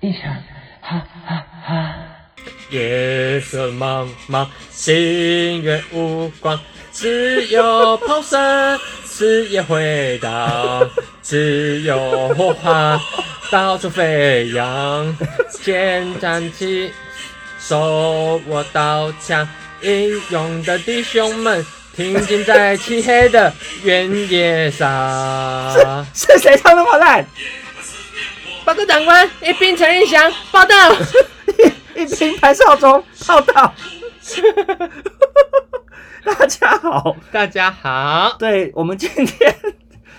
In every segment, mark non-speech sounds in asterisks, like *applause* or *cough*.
一声哈哈哈。夜色茫茫，星月无光，只有炮声，此夜回荡，只有火花到处飞扬。肩站起，手握刀枪，英勇的弟兄们，挺进在漆黑的原野 *laughs* 上。是谁唱那么烂？报告长官，一兵陈玉祥报道。一瓶白少中泡到。大家好，大家好，对我们今天，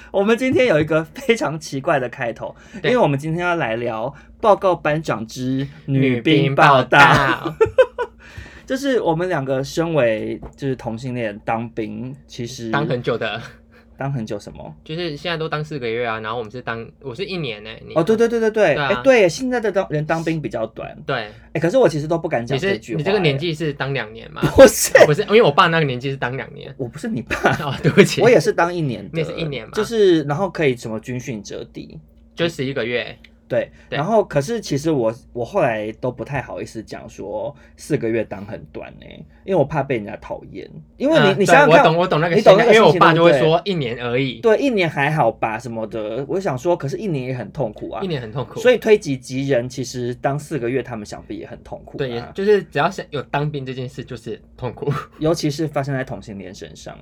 我们今天有一个非常奇怪的开头，因对为我们今天要来聊报告班长之女兵报道。。 *laughs* 就是我们两个身为就是同性恋当兵，其实当很久的， *laughs* 当很久什么？就是现在都当四个月啊，然后我们是当我是一年呢、你哦，对对对对对，对哎、啊对耶，现在的当人当兵比较短，对，哎、可是我其实都不敢讲你这是句话。你这个 *laughs* 年纪是当两年嘛 *laughs* 哎，？不是，不是，因为我爸那个年纪是当两年 *laughs* 我不是你爸，哦，对不起，我也是当一年的， *laughs* 你也是一年吗就是然后可以什么军训折抵，就十一个月，对，对然后可是其实我我后来都不太好意思讲说四个月当很短呢、因为我怕被人家讨厌，因为你、啊你想想对我看，懂我懂那个你懂心那态，个因为我心情爸就会对不对说一年而已，对一年还好吧什么的，我想说，可是一年也很痛苦啊一，年很痛苦，所以以推己及人，其实当四个月他们想必也很痛苦、啊，啊对，也就是只要是有当兵这件事就是痛 *laughs* 苦，尤其是发生在同性恋身上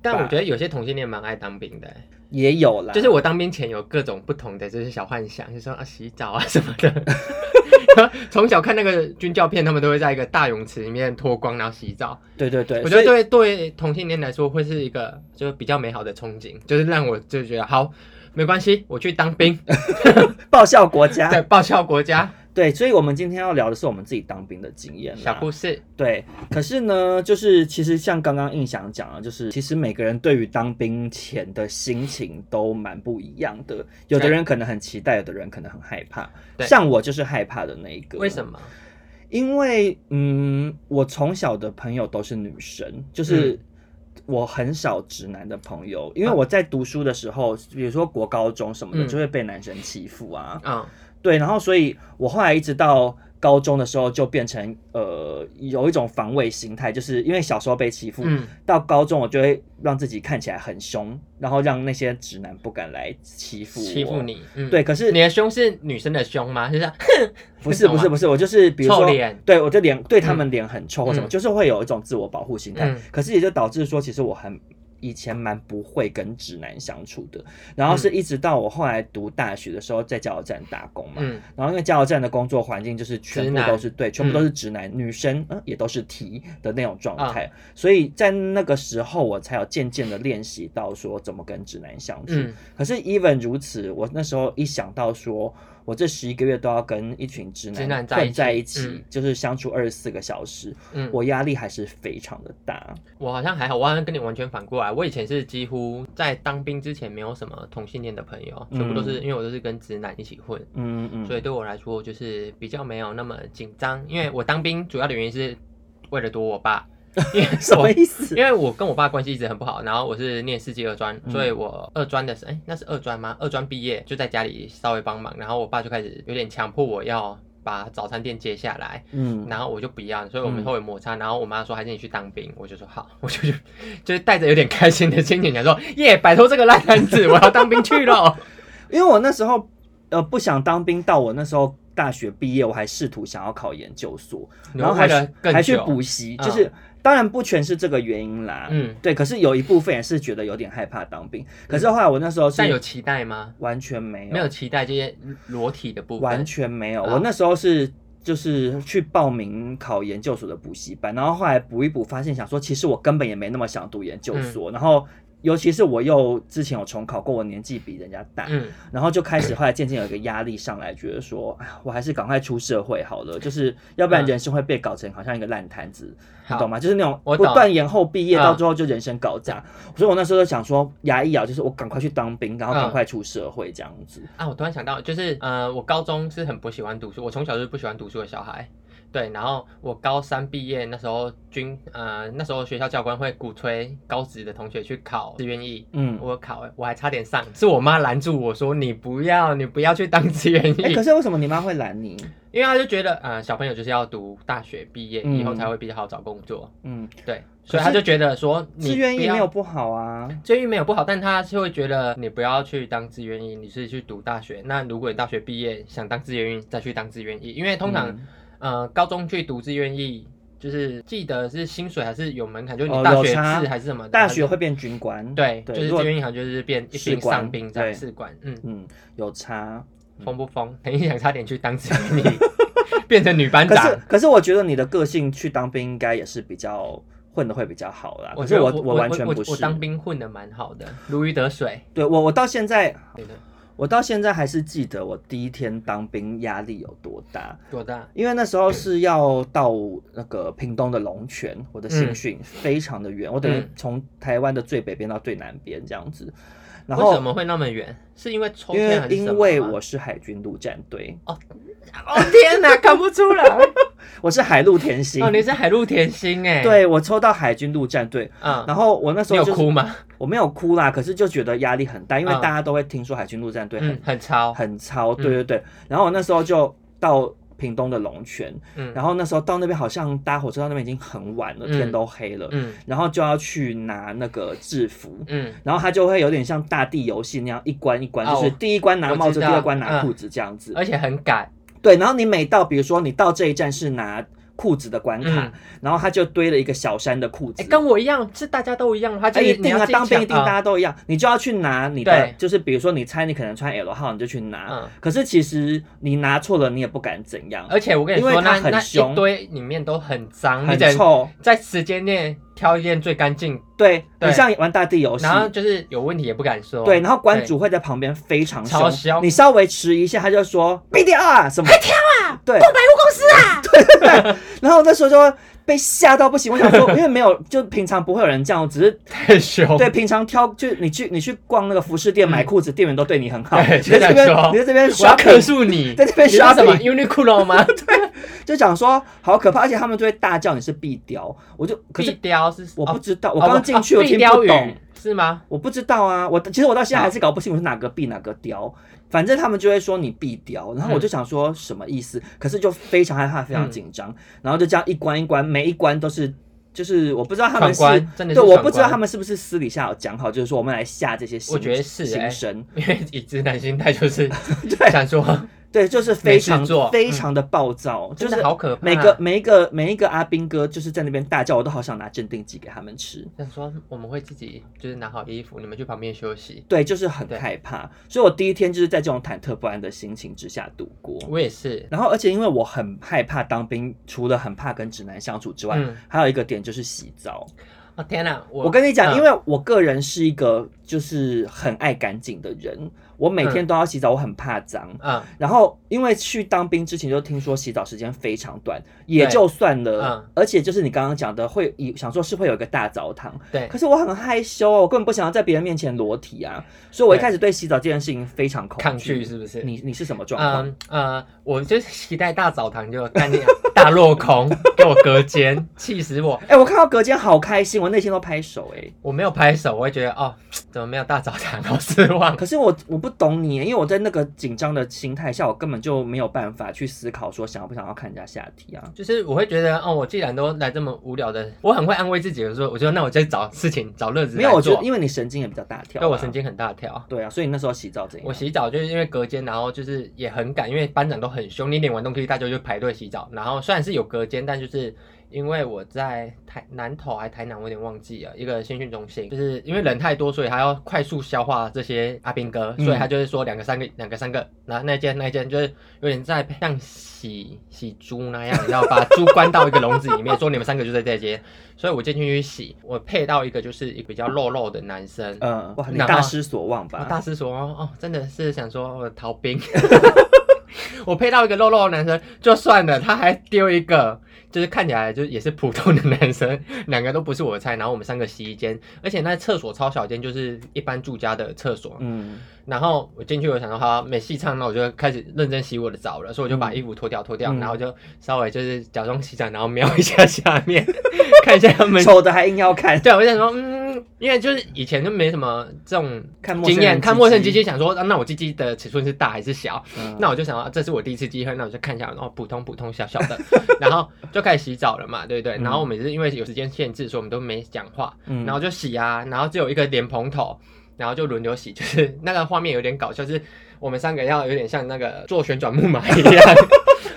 但我觉得有些同性恋蛮爱当兵的、也有啦，就是我当兵前有各种不同的就是小幻想，就说啊洗澡啊什么的。 *laughs* 从小看那个军教片，他们都会在一个大泳池里面脱光然后洗澡。对对对，我觉得呃所以对对同性恋来说会是一个就是比较美好的憧憬，就是让我就觉得好没关系，我去当 *laughs* 兵，报效国家， *laughs* 对报效国 *laughs* 家对，所以我们今天要聊的是我们自己当兵的经验啦小故事。对，可是呢，就是其实像刚刚印象讲的，就是其实每个人对于当兵前的心情都蛮不一样的，有的对人可能很期待，有的人可能很害怕。对像我就是害怕的那一个。为什？么？因为嗯，我从小的朋友都是女生，就是我很少直男的朋友，因为啊我在读书的时候，比如说国高中什么的，嗯就会被男生欺负啊。嗯，对，然后所以我后来一直到高中的时候就变成呃有一种防卫心态，就是因为小时候被欺负，嗯到高中我就会让自己看起来很凶，然后让那些直男不敢来欺负我欺负。你，嗯，对，，可是你的胸是女生的胸吗？就是不是不是不是，是，我就是比如臭说脸，对我就脸对他们脸很臭或什么，嗯就是会有一种自我保护心态。嗯可是也就导致说，其实我很以前蛮不会跟直男相处的，然嗯后是一直到我后来读大学的时候，在加油站打工嘛，嗯，然后因为加油站的工作环境就是全直部男都是对，全部都是直男，女生嗯也都是 T 的那种状态，嗯所以在那个时候我才有渐渐的练习到说怎么跟直男相处。嗯可是 even 如此，我那时候一想到说我这十一个月都要跟一群直直男男在一混起在一起，嗯就是相处二十四个小时，嗯，我压力还是非常的大。我好像还好，我好像跟你完全反过来。我以前是几乎在当兵之前没有什么同性恋的朋友，嗯全部都是、因为我都是跟直男一起混，嗯嗯，所以对我来说就是比较没有那么紧张。因为我当兵主要的原因是为了躲我爸， *laughs* 因为 *laughs* 什么我意思？因为我跟我爸关系一直很不好，然后我是念世纪二专，嗯所以我二专的时候，哎、那是二专吗？二专毕业就在家里稍微帮忙，然后我爸就开始有点强迫我要把早餐店接下来，嗯然后我就不一样，所以我们嗯后有摩擦。然后我妈说还是你去当兵，我就说好，我就去，就是带着有点开心的心情讲说，耶，摆脱这个烂摊子，我要当兵去 *laughs* 了。因为我那时候呃不想当兵，到我那时候大学毕业，我还试图想要考研究所，然后为还了去更还去久补习，嗯就是、当然不全是这个原因啦，嗯，对，可是有一部分也是觉得有点害怕当兵，可是后来我那时候是但有期待吗？完全没有，没有期待这些裸体的部分，完全没有，啊我那时候是。就是去报名考研究所的补习班，然后后来补一补，发现想说，其实我根本也没那么想读研究嗯所。然后，尤其是我又之前有重考过，我年纪比人家大，嗯，然后就开始后来渐渐有一个压力上来，觉得说，哎呀，我还是赶快出社会好了，就是要不然嗯人生会被搞成好像一个烂摊子，你好懂吗？就是那种我不懂断延后毕业，嗯到最后就人生搞砸。所以我那时候就想说，牙一咬就是我赶快去当兵，嗯然后赶快出社会这样子。啊，我突然想到，就是呃，我高中是很不喜欢读书，我从小就是不喜欢读书的小孩，对，然后我高三毕业那时候军呃那时候学校教官会鼓吹高职的同学去考志愿役，嗯，我考我还差点上，是我妈拦住我说你不要你不要去当志愿役，哎、可是为什么你妈会拦你？ *laughs* 因为她就觉得呃小朋友就是要读大学毕业以后嗯才会比较好找工作，嗯，对，可所以她是就觉得说你志愿不役要没有不好啊。志愿役没有不好，但他是会觉得你不要去当志愿役，你是去读大学。那如果你大学毕业想当志愿役，再去当志愿役，因为通常、嗯呃高中去读志愿役，就是记得是薪水还是有门槛，就是哦你大有学差制还是什么的，大学还是会变军官，，对，对就是如果志愿役好像就是变一士兵官上兵这样对士官，嗯，嗯，有差。疯不疯？ *laughs* 很想差点去当志愿役， *laughs* 变成女班可长是。可是我觉得你的个性去当兵应该也是比较混的会比较好啦。可觉是得我我完全我不是，我当兵混的蛮好的，如鱼得水。对我我到现在对的，我到现在还是记得我第一天当兵压力有多大。多大？因为那时候是要到那个屏东的龙泉，我的新训非常的远，我等于嗯从台湾的最北边到最南边这样子。然为后什么会那么远？是因为抽因签为还是什么吗？啊因为我是海军陆战队，哦天哪，看不 *laughs* 出来我是海陆甜心。哦，你是海陆甜心哎，，对我抽到海军陆战队，嗯，然后我那时你候有就是哭吗？我没有哭啦，可是就觉得压力很大，因为嗯大家都会听说海军陆战队很、嗯，很超，很超，对对对。然后我那时候就到屏东的龙泉，嗯，然后后那时候到那边好像搭火车到那边已经很晚了，嗯天都黑了，嗯然后就要去拿那个制服。嗯，然后它就会有点像大地游戏那样，一关一关，哦就是第一关拿帽我子，知第道二关拿嗯裤子这样子。而且很赶，对，然后你每到，比如说你到这一站是拿裤子的关卡，嗯然后它就堆了一个小山的裤子哎，，跟我一样，是大家都一样，他就哎，是一你定要啊，自己当兵抢一定大，啊家都一样，你就要去拿你的对，就是比如说你猜你可能穿 L 号，你就去拿，嗯。哎可是其实你拿错了，你也不敢怎样，而且我跟你因说，为他那很那凶一堆里面都很脏，你很只能臭。在时间内挑一件最干净，对，对你像玩大地游戏然，后就是有问题也不敢说。对，然后馆主会在旁边非常超凶你稍微迟一下，他就说闭掉啊什么，快跳啊，对，购买公 *laughs* 司啊，对对对。然后我那时候就被吓到不行，我想说，因为没有，就平常不会有人这样，只是太凶，对，平常挑就你去你去逛那个服饰店买裤子，店员都对你很好。嗯对你在这就这样边说你在这边我要刷克 *laughs* 诉你。在这边你知道什么 shopping Uniqlo 吗？就讲说好可怕，而且他们就会大叫你是壁雕，我就 *laughs* 可壁是雕是我不哦知道，我哦刚进去哦我听壁雕不语懂，是吗？我不知道啊，我其实我到现在还是搞不清楚是哪个壁哪个雕，反正他们就会说你壁雕，嗯然后我就想说什么意思，可是就非常害怕，非常紧嗯张，然后就这样一关一关，每一关都是。就是我不知道他们是闯关真的是对，我闯不知道关他们是不是私底下有讲好，就是说我们来下这些新我觉得是新欸 *laughs* 生，因为以直男心态就是 *laughs* 对想说，对，就是非没常事做嗯非常的暴躁，就真是的好可怕。啊每个每一个每一个阿兵哥就是在那边大叫，我都好想拿镇定剂给他们吃。想说我们会自己就是拿好衣服，你们去旁边休息。对，就是很对害怕，所以我第一天就是在这种忐忑不安的心情之下度过。我也是，然后，而且因为我很害怕当兵，除了很怕跟直男相处之外，嗯还有一个点就是洗澡。哦天哪，我我跟你讲，嗯因为我个人是一个就是很爱干净的人，我每天都要洗澡，我很怕脏。嗯然后，因为去当兵之前就听说洗澡时间非常短，也对就算了，嗯而且就是你刚刚讲的，会以想说是会有一个大澡堂，对可，是我很害羞哦，我根本不想要在别人面前裸体啊，所以我一对开始对洗澡这件事情非常恐抗拒惧。是不是？你你是什么状况？嗯呃，我就是期待大澡堂就干你 *laughs* 大落空，给我隔间，气死我！哎、我看到隔间好开心，我内心都拍手哎、我没有拍手，我会觉得哦，怎么没有大澡堂，好失望。可是我我不懂你耶，因为我在那个紧张的心态下，我根本就没有办法去思考说想要不想要看人家下体啊。就是我会觉得，哦，我既然都来这么无聊的，我很会安慰自己，我说，我就那我就找事情找乐子没有，我来觉做得。因为你神经也比较大条、啊。对我神。经很大条，对啊，所以你那时候洗澡怎样？我洗澡就是因为隔间，然后就是也很赶，因为班长都很凶，你领完东西大家就排队洗澡。然后虽然是有隔间，但就是因为我在台南头还台南，我有点忘记了一个新训中心，就是因为人太多，所以他要快速消化这些阿兵哥，嗯所以他就是说两个三个，两个三个，然后那一间那一间就是有点在像洗洗猪那样，你知道把猪关到一个笼子里面，说你们三个就在这间，所以我进去洗，我配到一个就是一个比较肉肉的男 *laughs* 生，嗯，哇，你然后大失所望我吧？大师说：“哦，真的是想说我逃兵。”哦 *laughs* 我配到一个肉肉的男生就算了，他还丢一个，就是看起来就是也是普通的男生， *laughs* 两个都不是我的菜。然后我们三个洗衣间，而且那厕所超小间，就是一般住家的厕所。嗯，然后我进去，我想说好没戏唱，那我就开始认真洗我的澡了，所以我就把衣服脱掉脱掉，嗯然后就稍微就是假装洗澡，然后瞄一下下面， *laughs* 看一下他们丑的还硬要看，对，我就想说，嗯，因为就是以前就没什么这种看陌生经验，人看鸡陌生鸡鸡鸡，想说、啊那我鸡鸡的尺寸是大还是小？嗯那我就想到、啊这是我第一次机会，那我就看一下，然后普通普通小小的，然后就开始洗澡了嘛，对不对？嗯然后我们也是因为有时间限制，所以我们都没讲话，嗯然后就洗啊，然后只有一个莲蓬头，然后就轮流洗，就是那个画面有点搞笑，就是我们三个要有点像那个做旋转木马一样，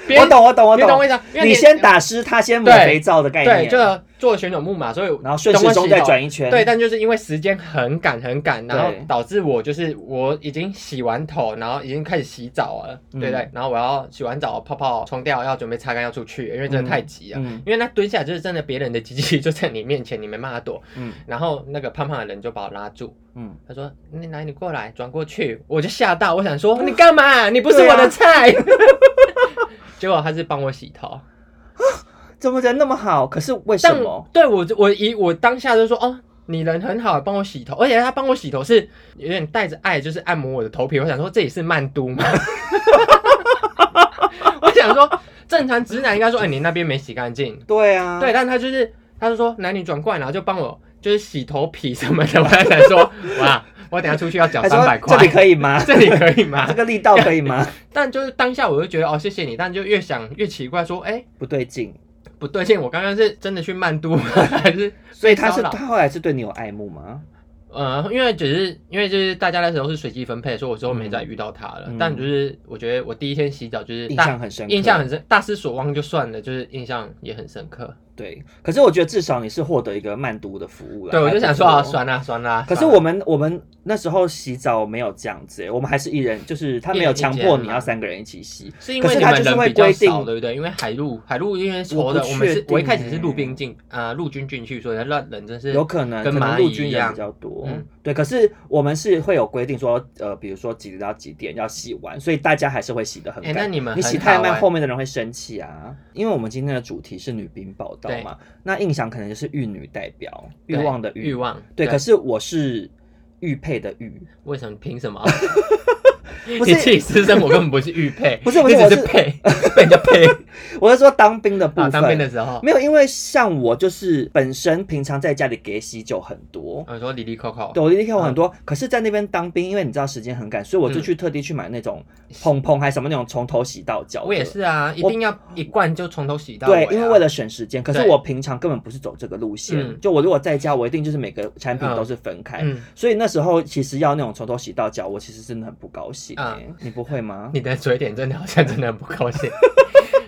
边我懂我懂我你懂我懂意，思吗？因为你先打湿他，先抹对肥皂的概对，念，就做旋转木马，所以然后顺东时问钟西再找转一圈，对，但就是因为时间很赶很赶，然后对导致我就是我已经洗完头，然后已经开始洗澡了，嗯对不对？然后我要洗完澡，泡泡冲掉，要准备擦干要出去，因为真的太急了。啊嗯因为那蹲下就是真的，别人的机器就在你面前，你没办法躲。嗯然后那个胖胖的人就把我拉住，嗯，他说：“你来，你过来，转过去。”我就吓到，我想说：“你干嘛？你不是我对啊的菜。 *laughs* 结果他是帮我洗头，怎么人那么好？可是为什但么？对我就，我以我当下就说，哦，你人很好，帮我洗头，而且他帮我洗头是有点带着爱，就是按摩我的头皮。我想说，这也是曼都吗？ *laughs* 我想说，正常直男应该说，哎、你那边没洗干净。对啊，对，但他就是，他就说男女转过来，然后就帮我就是洗头皮什么的。我还想说，哇，我等下出去要缴他三啊说百块，这里可以吗？ *laughs* 这里可以吗 *laughs* 这？个力道可以 *laughs* 吗？但就是当下我就觉得，哦，谢谢你，但就越想越奇怪，说，哎、不对劲，不对劲，我刚刚是真的去曼都吗还是？所以他是骚扰他后来是对你有爱慕吗？呃，因为只是因为就是大家那时候是随机分配，所以我之后没再遇到他了。嗯但就是我觉得我第一天洗澡就是印大象很深刻印象很深，大失所望就算了，就是印象也很深刻。对，可是我觉得至少你是获得一个慢读的服务了。对，我就想说还啊，不错算啦算啦。可是算啦我们我们那时候洗澡没有这样子、欸我们还是一人，就是他没有强迫你要三个人一起洗。是因可为是你他们就是人会比较规少，定，对不对？因为海陆海陆因为我愁不的，我们确是定我一开始是陆欸边境啊，陆军进去，所以那人真是有可能跟可能蚂陆蚁军一人样比。较多、嗯对。可是我们是会有规定说，呃，比如说几点到几点要洗完，所以大家还是会洗的很哎赶。那你们你很洗太好慢，欸后面的人会生气啊。因为我们今天的主题是女兵报道嘛，那印象可能就是玉女代表，欲对望的欲望，对，可是我是玉佩的玉，为什么凭什么？ *laughs* 不你自是，己私生活根本不是玉配，不是不你是只我是是配 *laughs* 被人 *laughs* 家配我是说当兵的部分。啊，当兵的时候。没有，因为像我就是本身平常在家里给洗酒很多，我说里里扣扣，对我的 DQ 很多，可是在那边当兵，因为你知道时间很赶，所以我就嗯去特地去买那种蓬蓬还是什么那种从头洗到脚。我也。是啊，一我定要一罐就从头洗到尾对啊、，因为为了省时间，可是对我平常根本不是走这个路线。嗯就我如果在家，我一定就是每个产品嗯都是分开，嗯，所以那时候其实要那种从头洗到脚，我其实真的很不高兴、欸。嗯你不会吗？你的嘴脸真的好像真的很不 *laughs* 高兴。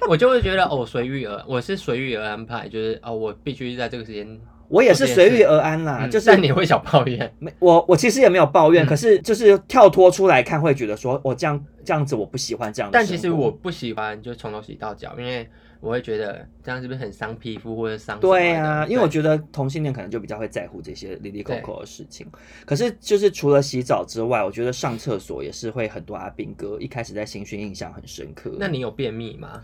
我就会觉得哦，随遇而我是随遇而安排，就是哦，我必须在这个时间我也是做这件随事遇而安啦，嗯啊就是但你会小抱怨，没我我其实也没有抱怨，嗯可是就是跳脱出来看，会觉得说哦我这样这样子我不喜欢这样的但生活。其实我不喜欢就从头洗到脚，因为我会觉得这样是不是很伤皮肤或者伤什么的对啊，因为我对觉得同性恋可能就比较会在乎这些里里口口的事情。可是就是除了洗澡之外，我觉得上厕所也是会很多阿兵哥一开始在新训印象很深刻。那你有便秘吗？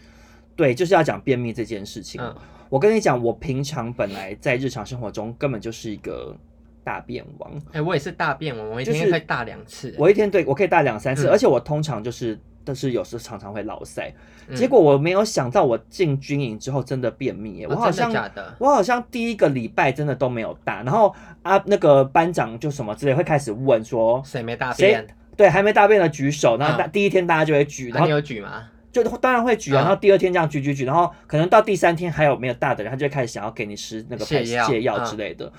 对，就是要讲便秘这件事情。嗯我跟你讲，我平常本来在日常生活中根本就是一个大便王。哎、我也是大便我我一就是天会大两次、我一天对我可以大两三次，嗯而且我通常就是，但是有时候常常会老塞。嗯结果我没有想到，我进军营之后真的便秘耶！哦我好像真的假的？我好像第一个礼拜真的都没有大，然后啊那个班长就什么之类会开始问说，谁没大谁便？对还没大便的举手，然后大、嗯第一天大家就会举，啊、然你后有举吗？就当然会举啊，嗯然后第二天这样举举举，然后可能到第三天还有没有大的人，他就会开始想要给你吃那个 *laughs* 泻药泻药嗯之类的，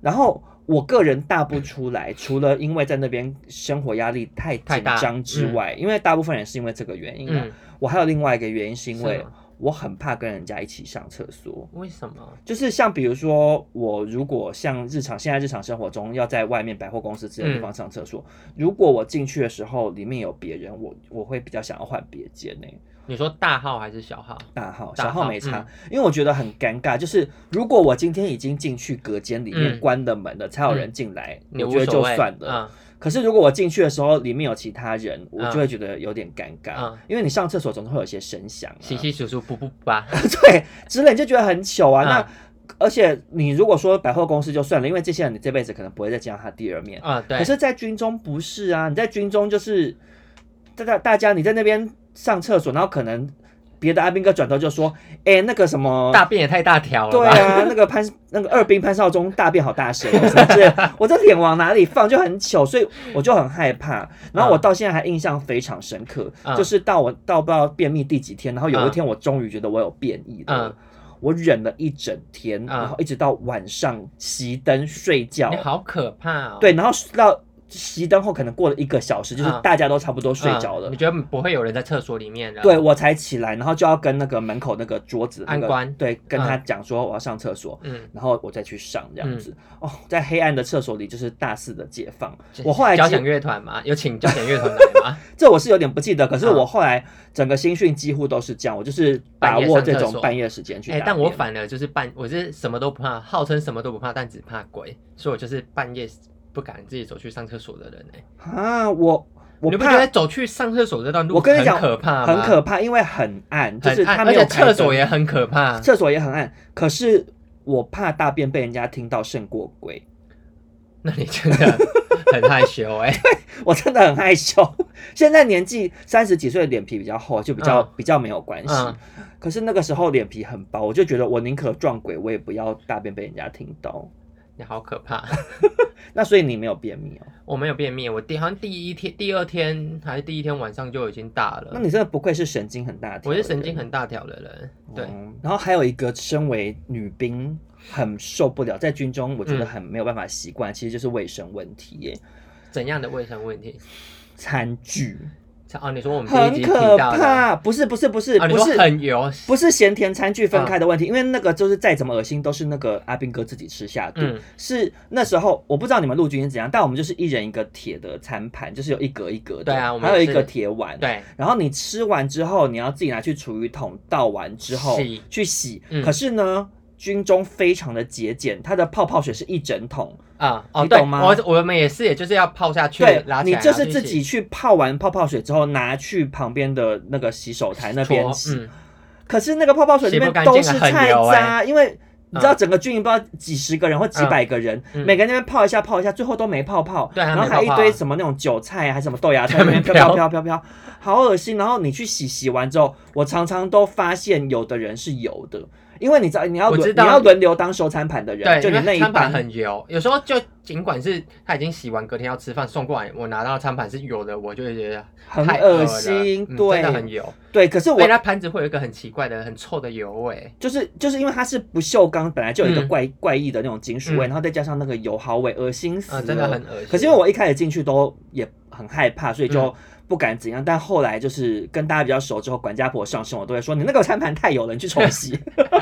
然后。我个人大不出来，除了因为在那边生活压力太太紧大张之嗯外，因为大部分人是因为这个原因、啊。嗯，我还有另外一个原因是因是为吗我很怕跟人家一起上厕所，为什么？就是像比如说我如果像日常现在日常生活中要在外面百货公司之类的嗯地方上厕所，如果我进去的时候里面有别人，我我会比较想要换别间呢、你说大号还是小号？大号大小号嗯号没差，因为我觉得很尴尬。就是如果我今天已经进去隔间里面嗯关了门了，才有人进来，你我无觉得就所谓算了。嗯，可是如果我进去的时候里面有其他人，我嗯就会觉得有点尴尬，嗯因为你上厕所总是会有一些声响、啊，稀稀疏疏，不不 *laughs* 吧，对之类，你就觉得很糗啊。嗯那而且你如果说百货公司就算了，因为这些人你这辈子可能不会再见到他第二面。啊，对，可是，在军中不是啊，你在军中就是大家大家你在那边上厕所，然后可能别的阿兵哥转头就说：“哎、那个什么。”大便也太大条了对吧？啊，那个潘那个二兵潘少忠大便好大声、哦，什么之类的，我这脸往哪里放就很糗，所以我就很害怕。然后我到现在还印象非常深刻，嗯就是到我到不知道便秘第几天，然后有一天我终于觉得我有便意了。嗯我忍了一整天，嗯然后一直到晚上熄灯睡觉 *laughs* 你，好可怕哦。对，然后到熄灯后可能过了一个小时，就是嗯大家都差不多嗯，睡着了你，觉得不会有人在厕所里面的？对，我才起来，然后就要跟那个门口那个桌子那安个官对跟他嗯讲说我要上厕所，嗯，然后我再去上这样子。哦，在黑暗的厕所里就是大肆的解放。我后来交其实响乐团嘛，有请交响乐团来吗？这我是有点不记得，可是嗯我后来整个新训几乎都是这样，我就是把半夜握上这厕种所半夜时间 *laughs* 去哎、大但我便反而就是半，我是什么都不怕，号称什么都不怕，但只怕鬼，所以我就是半夜不敢自己走去上厕所的人哎、啊，我我你不觉怕得走去上厕所这段路，我跟你讲很可怕吗？很可怕，因为很暗，就是很暗他没而有且开厕所灯也很可怕。厕所也很暗，可是我怕大便被人家听到胜过鬼。那你真的很害羞 *laughs* 哎、我真的很害羞。现在年纪三十几岁，脸皮比较厚，就比较、嗯比较没有关系。嗯可是那个时候脸皮很薄，我就觉得我宁可撞鬼，我也不要大便被人家听到。你好可怕！那所以你没有便秘哦？我没有便秘，我第好像第一天、第二天还是第一天晚上就已经大了。那你真的不愧是神经很大条的嗯我人是神经很大条的人，对，嗯然后还有一个，身为女兵很受不了，在军中我觉得嗯很没有办法习惯，其实就是卫生问题耶，怎样的卫生问题？餐具哦，你说我们第一很集提可到的，怕。不是不是不是、哦，你不说是很油，不是咸甜餐具分开的嗯问题，因为那个就是再怎么恶心，都是那个阿兵哥自己吃下肚。嗯是那时候我不知道你们陆军是怎样，但我们就是一人一个铁的餐盘，就是有一格一格的，对啊我们还有一也是个铁碗。对，然后你吃完之后，你要自己拿去厨余桶倒完之后洗去洗。嗯可是呢，军中非常的节俭，它的泡泡水是一整桶，啊、哦，你对，懂吗我我们也是，也就是要泡下去，对拉起你来，就是然后自去己去泡完泡泡水之后，拿去旁边的那个洗手台那边搓洗。嗯，可是那个泡泡水里面都是菜洗不干净啊很渣，因为你知道整个军营不知道几十个人或几百个人，嗯每个人在那边泡一下泡一下，最后都没泡泡，对啊然后还没一泡泡堆什么那种韭菜啊，还是什么豆芽 *laughs* 菜，那在那边边飘飘飘飘飘飘，好恶心。然后你去洗洗完之后，我常常都发现有的人是油的。因为你知道你要我轮知你道要轮流当收餐盘的人，对，就你因为那一餐班盘很油，有时候就尽管是他已经洗完，隔天要吃饭送过来，我拿到餐盘是油的，我就会觉得很太恶了心，嗯对真的很油，对。可是而且我它盘子会有一个很奇怪的、很臭的油味，就是就是因为它是不锈钢，本来就有一个嗯怪怪异的那种金属味，嗯然后再加上那个油耗味，恶心死啊、了，真的很恶心。可是因为我一开始进去都也很害怕，所以就不敢怎样。但后来就是跟大家比较熟之后，管家婆上身，我都会说你那个餐盘太油了，你去重洗。 *laughs*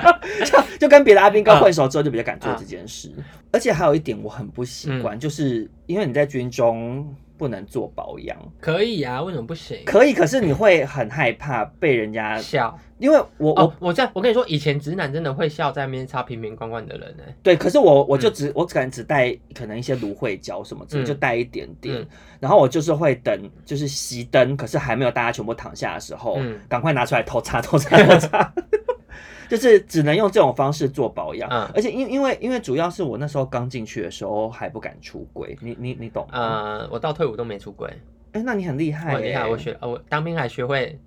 就就跟别的阿兵哥混熟之后，就比较敢做这件事。而且还有一点我很不习惯，就是因为你在军中不能做保养，可以啊，为什么不行？可以，可是你会很害怕被人家，笑因为我我哦！我这样，我跟你说，以前直男真的会笑在那边擦瓶瓶罐罐的人呢、欸对，可是我我就只、我可能只带可能一些芦荟胶什么之类，嗯就带一点点。嗯然后我就是会等，就是熄灯，可是还没有大家全部躺下的时候，嗯赶快拿出来偷擦偷擦偷擦， *laughs* 就是只能用这种方式做保养。嗯而且因因为因为主要是我那时候刚进去的时候还不敢出轨，你你你懂吗？呃，我到退伍都没出轨，哎、那你很厉害、欸，我很厉害。我学，呃我当兵还学会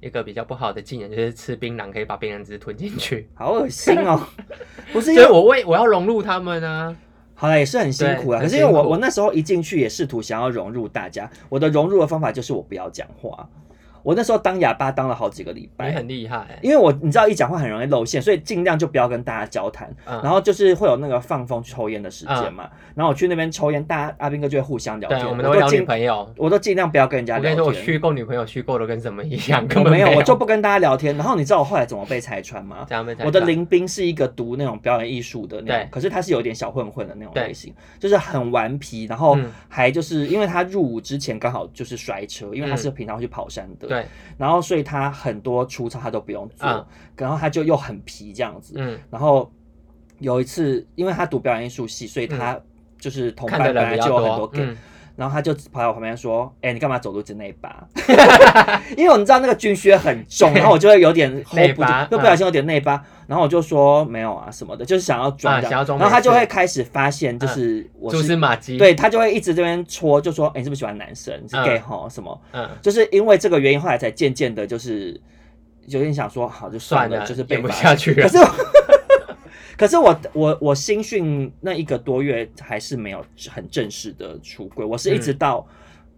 一个比较不好的技能，就是吃槟榔可以把槟榔汁吞进去。好恶心哦！ *laughs* 不是因所以为我为我要融入他们啊，好了，也是很辛苦啊。对可是因为很辛我苦我那时候一进去也试图想要融入大家，我的融入的方法就是我不要讲话。我那时候当哑巴当了好几个礼你拜，很厉害。欸因为我你知道一讲话很容易露馅，所以尽量就不要跟大家交谈。嗯然后就是会有那个放风抽烟的时间嘛，然后我去那边抽烟，大家阿兵哥就会互相聊对，天，我们都我会都聊女尽朋友。我都尽量不要跟人家我跟聊你说，我天。虚构女朋友虚构的跟什么一样，根我本没有，有我就不跟大家聊天。然后你知道我后来怎么被拆穿吗？这样被拆我的穿林斌是一个读那种表演艺术的那种对，可是他是有点小混混的那种对类型，就是很顽皮，然后嗯还就是因为他入伍之前刚好就是摔车，因为他是平常会去跑山的，嗯对，然后所以他很多粗糙他都不用做嗯，然后他就又很皮这样子，嗯，然后有一次因为他读表演艺术系，所以他就是同看班嗯的本人来比就较有很多多， gay，嗯，然后他就跑到我旁边说：“哎、你干嘛走路进内八？” *laughs* 因为我们知道那个军靴很 *laughs* 重，然后我就会有点 hold 内不住八，又不小心有点内八，然后我就说没有啊什么的，就是想要装啊这样，想要装然后他没事啊就会开始发现就是我蛛是丝马迹。，对他就会一直这边戳，就说：“哎、你是不是喜欢男生？你是嗯 gay 吼什么？”嗯，就是因为这个原因，后来才渐渐的，就是有点想说，好就算算了，了，就是被演不罚下去可了。是我， *laughs* 可是我我我新训那一个多月还是没有很正式的出柜，我是一直到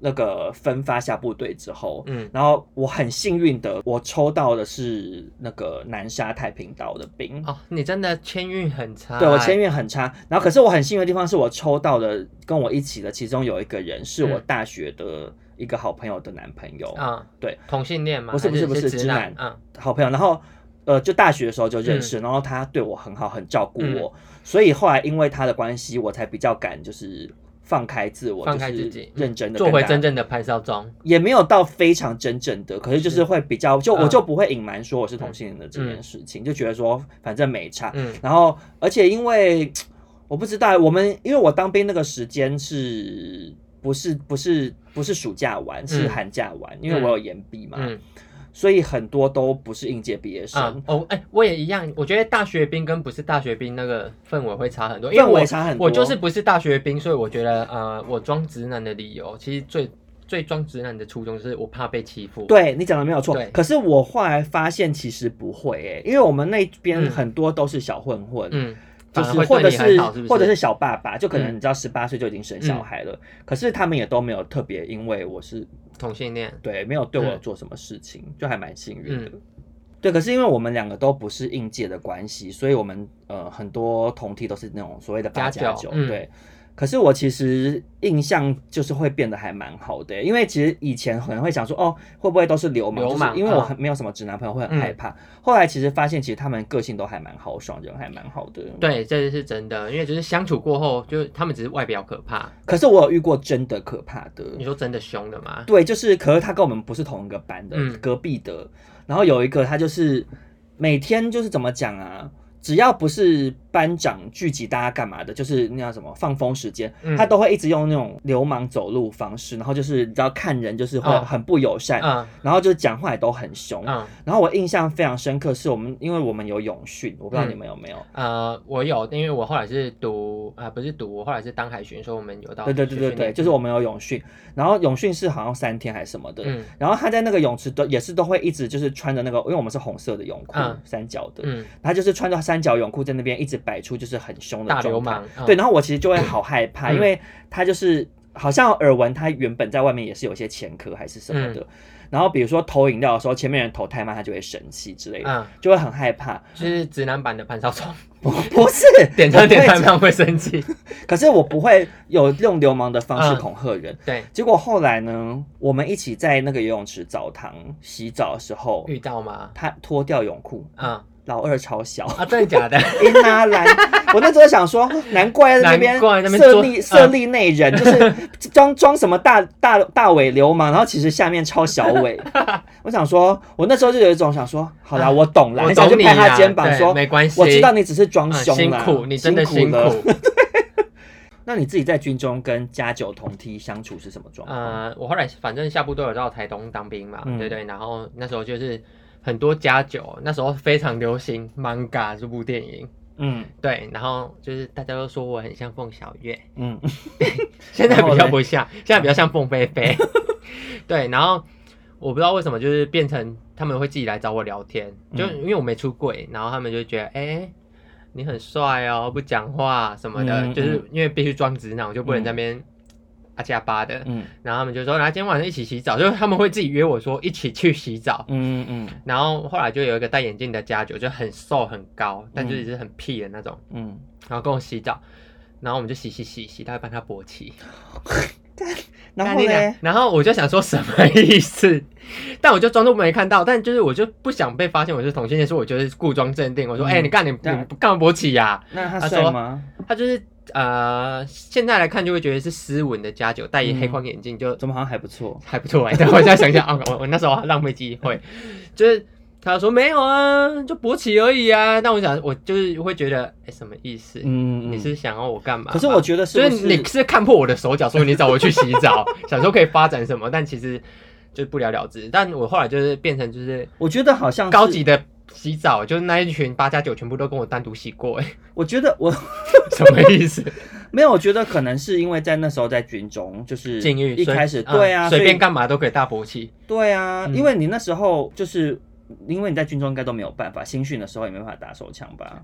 那个分发下部队之后，嗯然后我很幸运的，我抽到的是那个南沙太平岛的兵。哦，你真的签运很差。对我签运很差，然后可是我很幸运的地方是我抽到的跟我一起的，其中有一个人是我嗯大学的一个好朋友的男朋友，啊，对，同性恋吗？不是还不是是不是直直男？男嗯，好朋友，然后呃，就大学的时候就认识，然后他对我很好，很照顾我，嗯所以后来因为他的关系，我才比较敢就是放开自我，放开就是自己嗯认真的做回真。正的潘少忠。也没有到非常真正的，可是就是会比较，就嗯我就不会隐瞒说我是同性恋的这件事情，就觉得说反正没差。嗯然后，而且因为我不知道，我们因为我当兵那个时间是不是不是不是暑假玩，是嗯寒假玩，因为我有延毕嘛，嗯所以很多都不是应届毕业生。啊哦哎，我也一样，我觉得大学兵跟不是大学兵那个氛围会差很多，因为氛我围差很多。我就是不是大学兵，所以我觉得呃，我装直男的理由，其实最最装直男的初衷就是我怕被欺负。，对你讲的没有错对，可是我后来发现其实不会诶、因为我们那边嗯很多都是小混混，嗯，就反是而会或者对你是很好，是不是？或者是小爸爸，就可能嗯你知道十八岁就已经生小孩了，可是他们也都没有特别因为我是同性恋，对没有对我嗯做什么事情，就还蛮幸运的。对，可是因为我们两个都不是应届的关系，所以我们呃很多同梯都是那种所谓的八加加九九，嗯对。可是我其实印象就是会变得还蛮好的，因为其实以前可能会想说，哦，会不会都是流氓？流氓就是因为我嗯很没有什么直男朋友会很嗯害怕。后来其实发现，其实他们个性都还蛮豪爽，人还蛮好的。对，这是真的，因为就是相处过后，就是他们只是外表可怕。可是我有遇过真的可怕的，你说真的凶的吗？对，就是可是他跟我们不是同一个班的，嗯隔壁的。然后有一个他就是每天就是怎么讲啊？只要不是班长聚集大家干嘛的，就是那叫什么放风时间，嗯他都会一直用那种流氓走路方式，然后就是你知道看人就是会哦很不友善，嗯然后就是讲话也都很凶。嗯然后我印象非常深刻，是我们因为我们有泳训，我不嗯知道你们有没有，呃，我有，因为我后来是读啊、不是读，我后来是当海巡，所以我们有到对对对对海巡对，练就是我们有泳训，然后泳训是好像三天还是什么的，嗯然后他在那个泳池都也是都会一直就是穿着那个，因为我们是红色的泳裤，嗯三角的，嗯他就是穿着三角泳裤在那边一直摆出就是很凶的大流状态氓，嗯对，然后我其实就会好害怕，嗯因为他就是好像耳闻他原本在外面也是有一些前科还是什么嗯的，然后比如说投饮料的时候，前面人投太慢，他就会生气之类的，嗯，就会很害怕。就是直男版的潘少聪，不 *laughs* 不是点餐点我餐不会饭会生气。可是我不会有用流氓的方式嗯恐吓人， *laughs* 对，结果后来呢，我们一起在那个游泳池澡堂洗澡的时候，遇到吗？他脱掉泳裤，嗯老二超小， *laughs* 啊，真的假的？英拉兰。 *laughs* 我那时候想说，难怪在那边难怪那边设做立嗯设立内人， *laughs* 就是装装什么大大大尾流氓，然后其实下面超小 *laughs* 尾。我想说，我那时候就有一种想说，好啦，啊我懂啦，我很想懂去你拍他啦肩膀对说，没关系，我知道你只是装嗯凶辛啦，苦，你真的辛辛苦苦了。那你自己在军中跟加九同梯相处是什么状况？呃，我后来反正下部队有到台东当兵嘛，嗯对对，然后那时候就是很多家酒，那时候非常流行《manga》这部电影，嗯对，然后就是大家都说我很像凤小 *laughs* 岳，嗯，现在然后比较嘞不像，现在比较像凤飞 *laughs* 飞，对，然后我不知道为什么就是变成他们会自己来找我聊天，就嗯因为我没出柜，然后他们就觉得哎。你很帅哦，不讲话什么的，嗯嗯就是因为必须装直男，我就不能在那边阿加巴的。嗯然后他们就说，来今天晚上一起洗澡，就是他们会自己约我说一起去洗澡。嗯嗯然后后来就有一个戴眼镜的家酒，就很瘦很高，但就是很屁的那种，嗯，然后跟我洗澡，然后我们就洗洗洗洗，他会帮他勃起。然干后你娘呢？然后我就想说什么意思， *laughs* 但我就装作没看到，但就是我就不想被发现我是同性恋，所以我就是故装镇定，我说，嗯哎、你干你对啊你干嘛勃起呀、那他他帅说吗？他就是呃，现在来看就会觉得是斯文的家酒，戴黑框眼镜就嗯怎么好像还不错？欸 *laughs* 哦还不错哎、但我现在想想啊，我我那时候浪费机会，就是他说没有啊，就勃起而已啊。但我想，我就是会觉得，哎、什么意思？嗯，嗯你是想要我干嘛吧？啊可是我觉得是就不是你是看破我的手脚，所以你找我去洗澡，想说可以发展什么，但其实就不了了之。但我后来就是变成就是我觉得好像是高级，的洗澡，就是那一群八加九全部都跟我单独洗过，哎，我觉得我 *laughs* 什么意思？没有，我觉得可能是因为在那时候在军中，就是禁欲一随开始嗯对啊，随便干干嘛都可以大勃起，对啊，嗯因为你那时候就是因为你在军中应该都没有办法，新训的时候也没办法打手枪吧？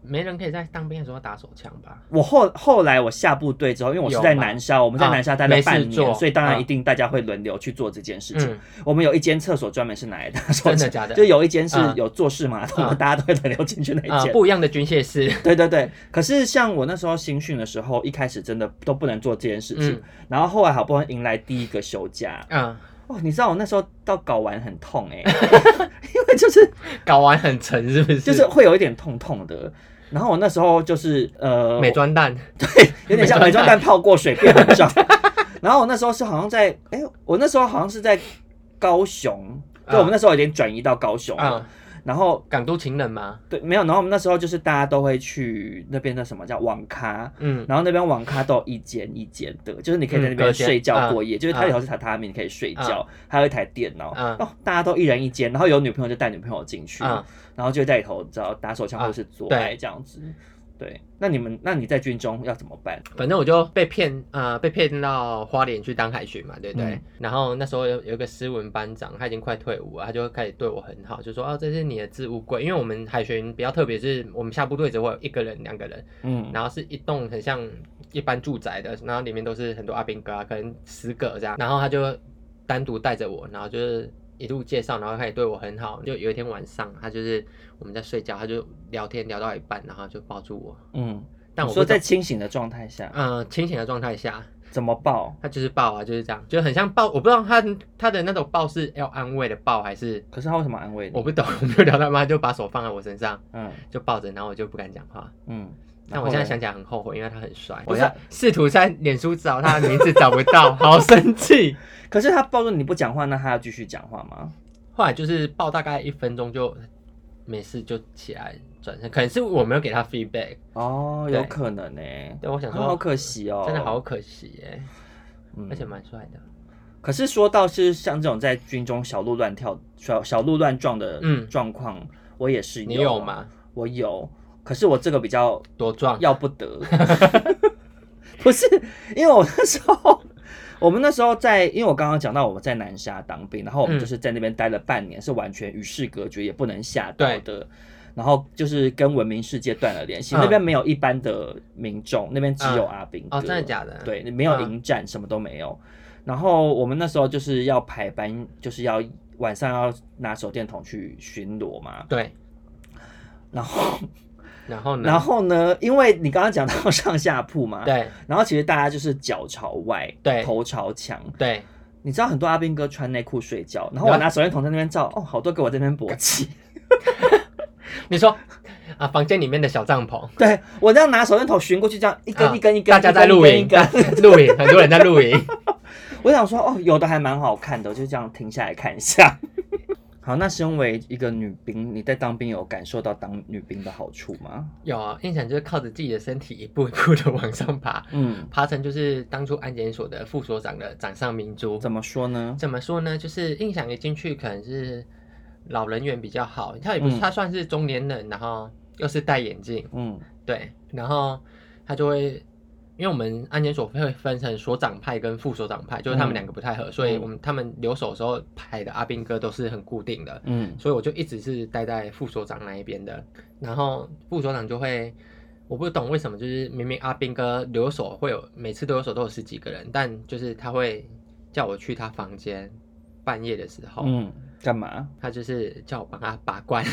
没人可以在当兵的时候打手枪吧？我后后来我下部队之后，因为我是有在吗南沙，我们在啊南沙待了没事半做年，所以当然啊一定大家会轮流去做这件事情。嗯，我们有一间厕所专门是拿来打手枪，真的假的 *laughs* 就有一间是啊有坐式马桶，啊大家都会轮流进去那一啊、间。不一样的军 *laughs* 械是，对对对，可是像我那时候新训的时候，一开始真的都不能做这件事情，嗯然后后来好不容易迎来第一个休假，嗯，哦，你知道我那时候到睾丸很痛 *laughs* 哎、因为就是睾丸很沉是不是？就是会有一点痛痛的。然后我那时候就是呃，美妆蛋，对，有点像美美妆妆蛋蛋泡过水变很重。 *laughs* 然后我那时候是好像在，哎、我那时候好像是在高雄，啊对，我们那时候已经转移到高雄了。嗯，然后港都情人嘛，对，没有，然后我们那时候就是大家都会去那边的什么叫网咖，嗯，然后那边网咖都有一间一间的，就是你可以在那嗯隔边间睡啊觉过夜，就是它啊有条是榻榻米，你可以睡觉，还有一台电脑，啊哦，大家都一人一间，然后有女朋友就带女朋友进去，啊然后就在里头你知道打手枪啊或者是做爱对这样子。对，那你们那你在军中要怎么办？反正我就被骗，呃，被骗到花莲去当海巡嘛，对不对？嗯然后那时候有有一个诗文班长，他已经快退伍了，他就开始对我很好，就说：“哦，这是你的置物柜。”因为我们海巡比较特别，是我们下部队只会有一个人、两个人，嗯，然后是一栋很像一般住宅的，然后里面都是很多阿兵哥啊，可能十个这样。然后他就单独带着我，然后就是一路介绍，然后开始对我很好。就有一天晚上，他就是我们在睡觉，他就聊天聊到一半，然后就抱住我。嗯，但我你不说在在清醒的状态下呃清醒的状态下，怎么抱？他就是抱啊，就是这样，就很像抱。我不知道他他的那种抱是要安慰的抱，还是可是他为什么安慰我你？不懂，我没有聊到嘛，他就把手放在我身上，嗯就抱着，然后我就不敢讲话。嗯，但然我后现在嘞想起来很后悔，因为他很帅，不我是要试图在脸书找他的名字找不到，好生气。可是他抱住你不讲话，那他要继续讲话吗？后来就是抱大概一分钟就没事就起来转身，可能是我没有给他 feedback，哦，对有可能呢、对我想说好可惜哦，真的好可惜耶，嗯而且蛮帅的。可是说到是像这种在军中小鹿乱跳、小小鹿乱撞的嗯状况，我也是你有啊有吗？我有，可是我这个比较多壮，要不 *laughs* 得，不是因为我那时候。我们那时候在，因为我刚刚讲到我们在南沙当兵，然后我们嗯就是在那边待了半年，是完全与世隔绝，也不能下岛的。然后就是跟文明世界断了联系，嗯那边没有一般的民众，那边只有嗯阿兵哥。哦，真的假的？对，没有嗯迎战，什么都没有。然后我们那时候就是要排班，就是要晚上要拿手电筒去巡逻嘛。对，然 *laughs* 后，嗯然后呢？然后呢，因为你刚刚讲到 *laughs* 上下铺嘛，。对然后其实大家就是脚朝外，对头朝墙。对，你知道很多阿兵哥穿内裤睡觉，然后我然后拿手电筒在那边照，哦，好多给我这边勃 *laughs* 起。你说啊，房间里面的小帐篷，对我这样拿手电筒巡过去，这样一根啊一根一根，大家在露一营，根 *laughs* 大一根一根。露营，很多人在露营。我想说，哦，有的还蛮好看的，我就这样停下来看一 *laughs* 下。好，那身为一个女兵，你在当兵有感受到当女兵的好处吗？有啊，印象就是靠着自己的身体一步一步的往上爬，嗯，爬成就是当初安检所的副所长的掌上明珠。怎么说呢？怎么说呢？就是印象一进去可能是老人员比较好，他也不是、嗯他算是中年人，然后又是戴眼镜，嗯对，然后他就会。因为我们安检所会分成所长派跟副所长派，就是他们嗯两个不太合，所以嗯我们他们留守的时候派的阿兵哥都是很固定的，嗯所以我就一直是待在副所长那一边的。然后副所长就会，我不懂为什么，就是明明阿兵哥留守会有每次留守都有十几个人，但就是他会叫我去他房间，半夜的时候，嗯，干嘛？他就是叫我帮他把关。 *laughs*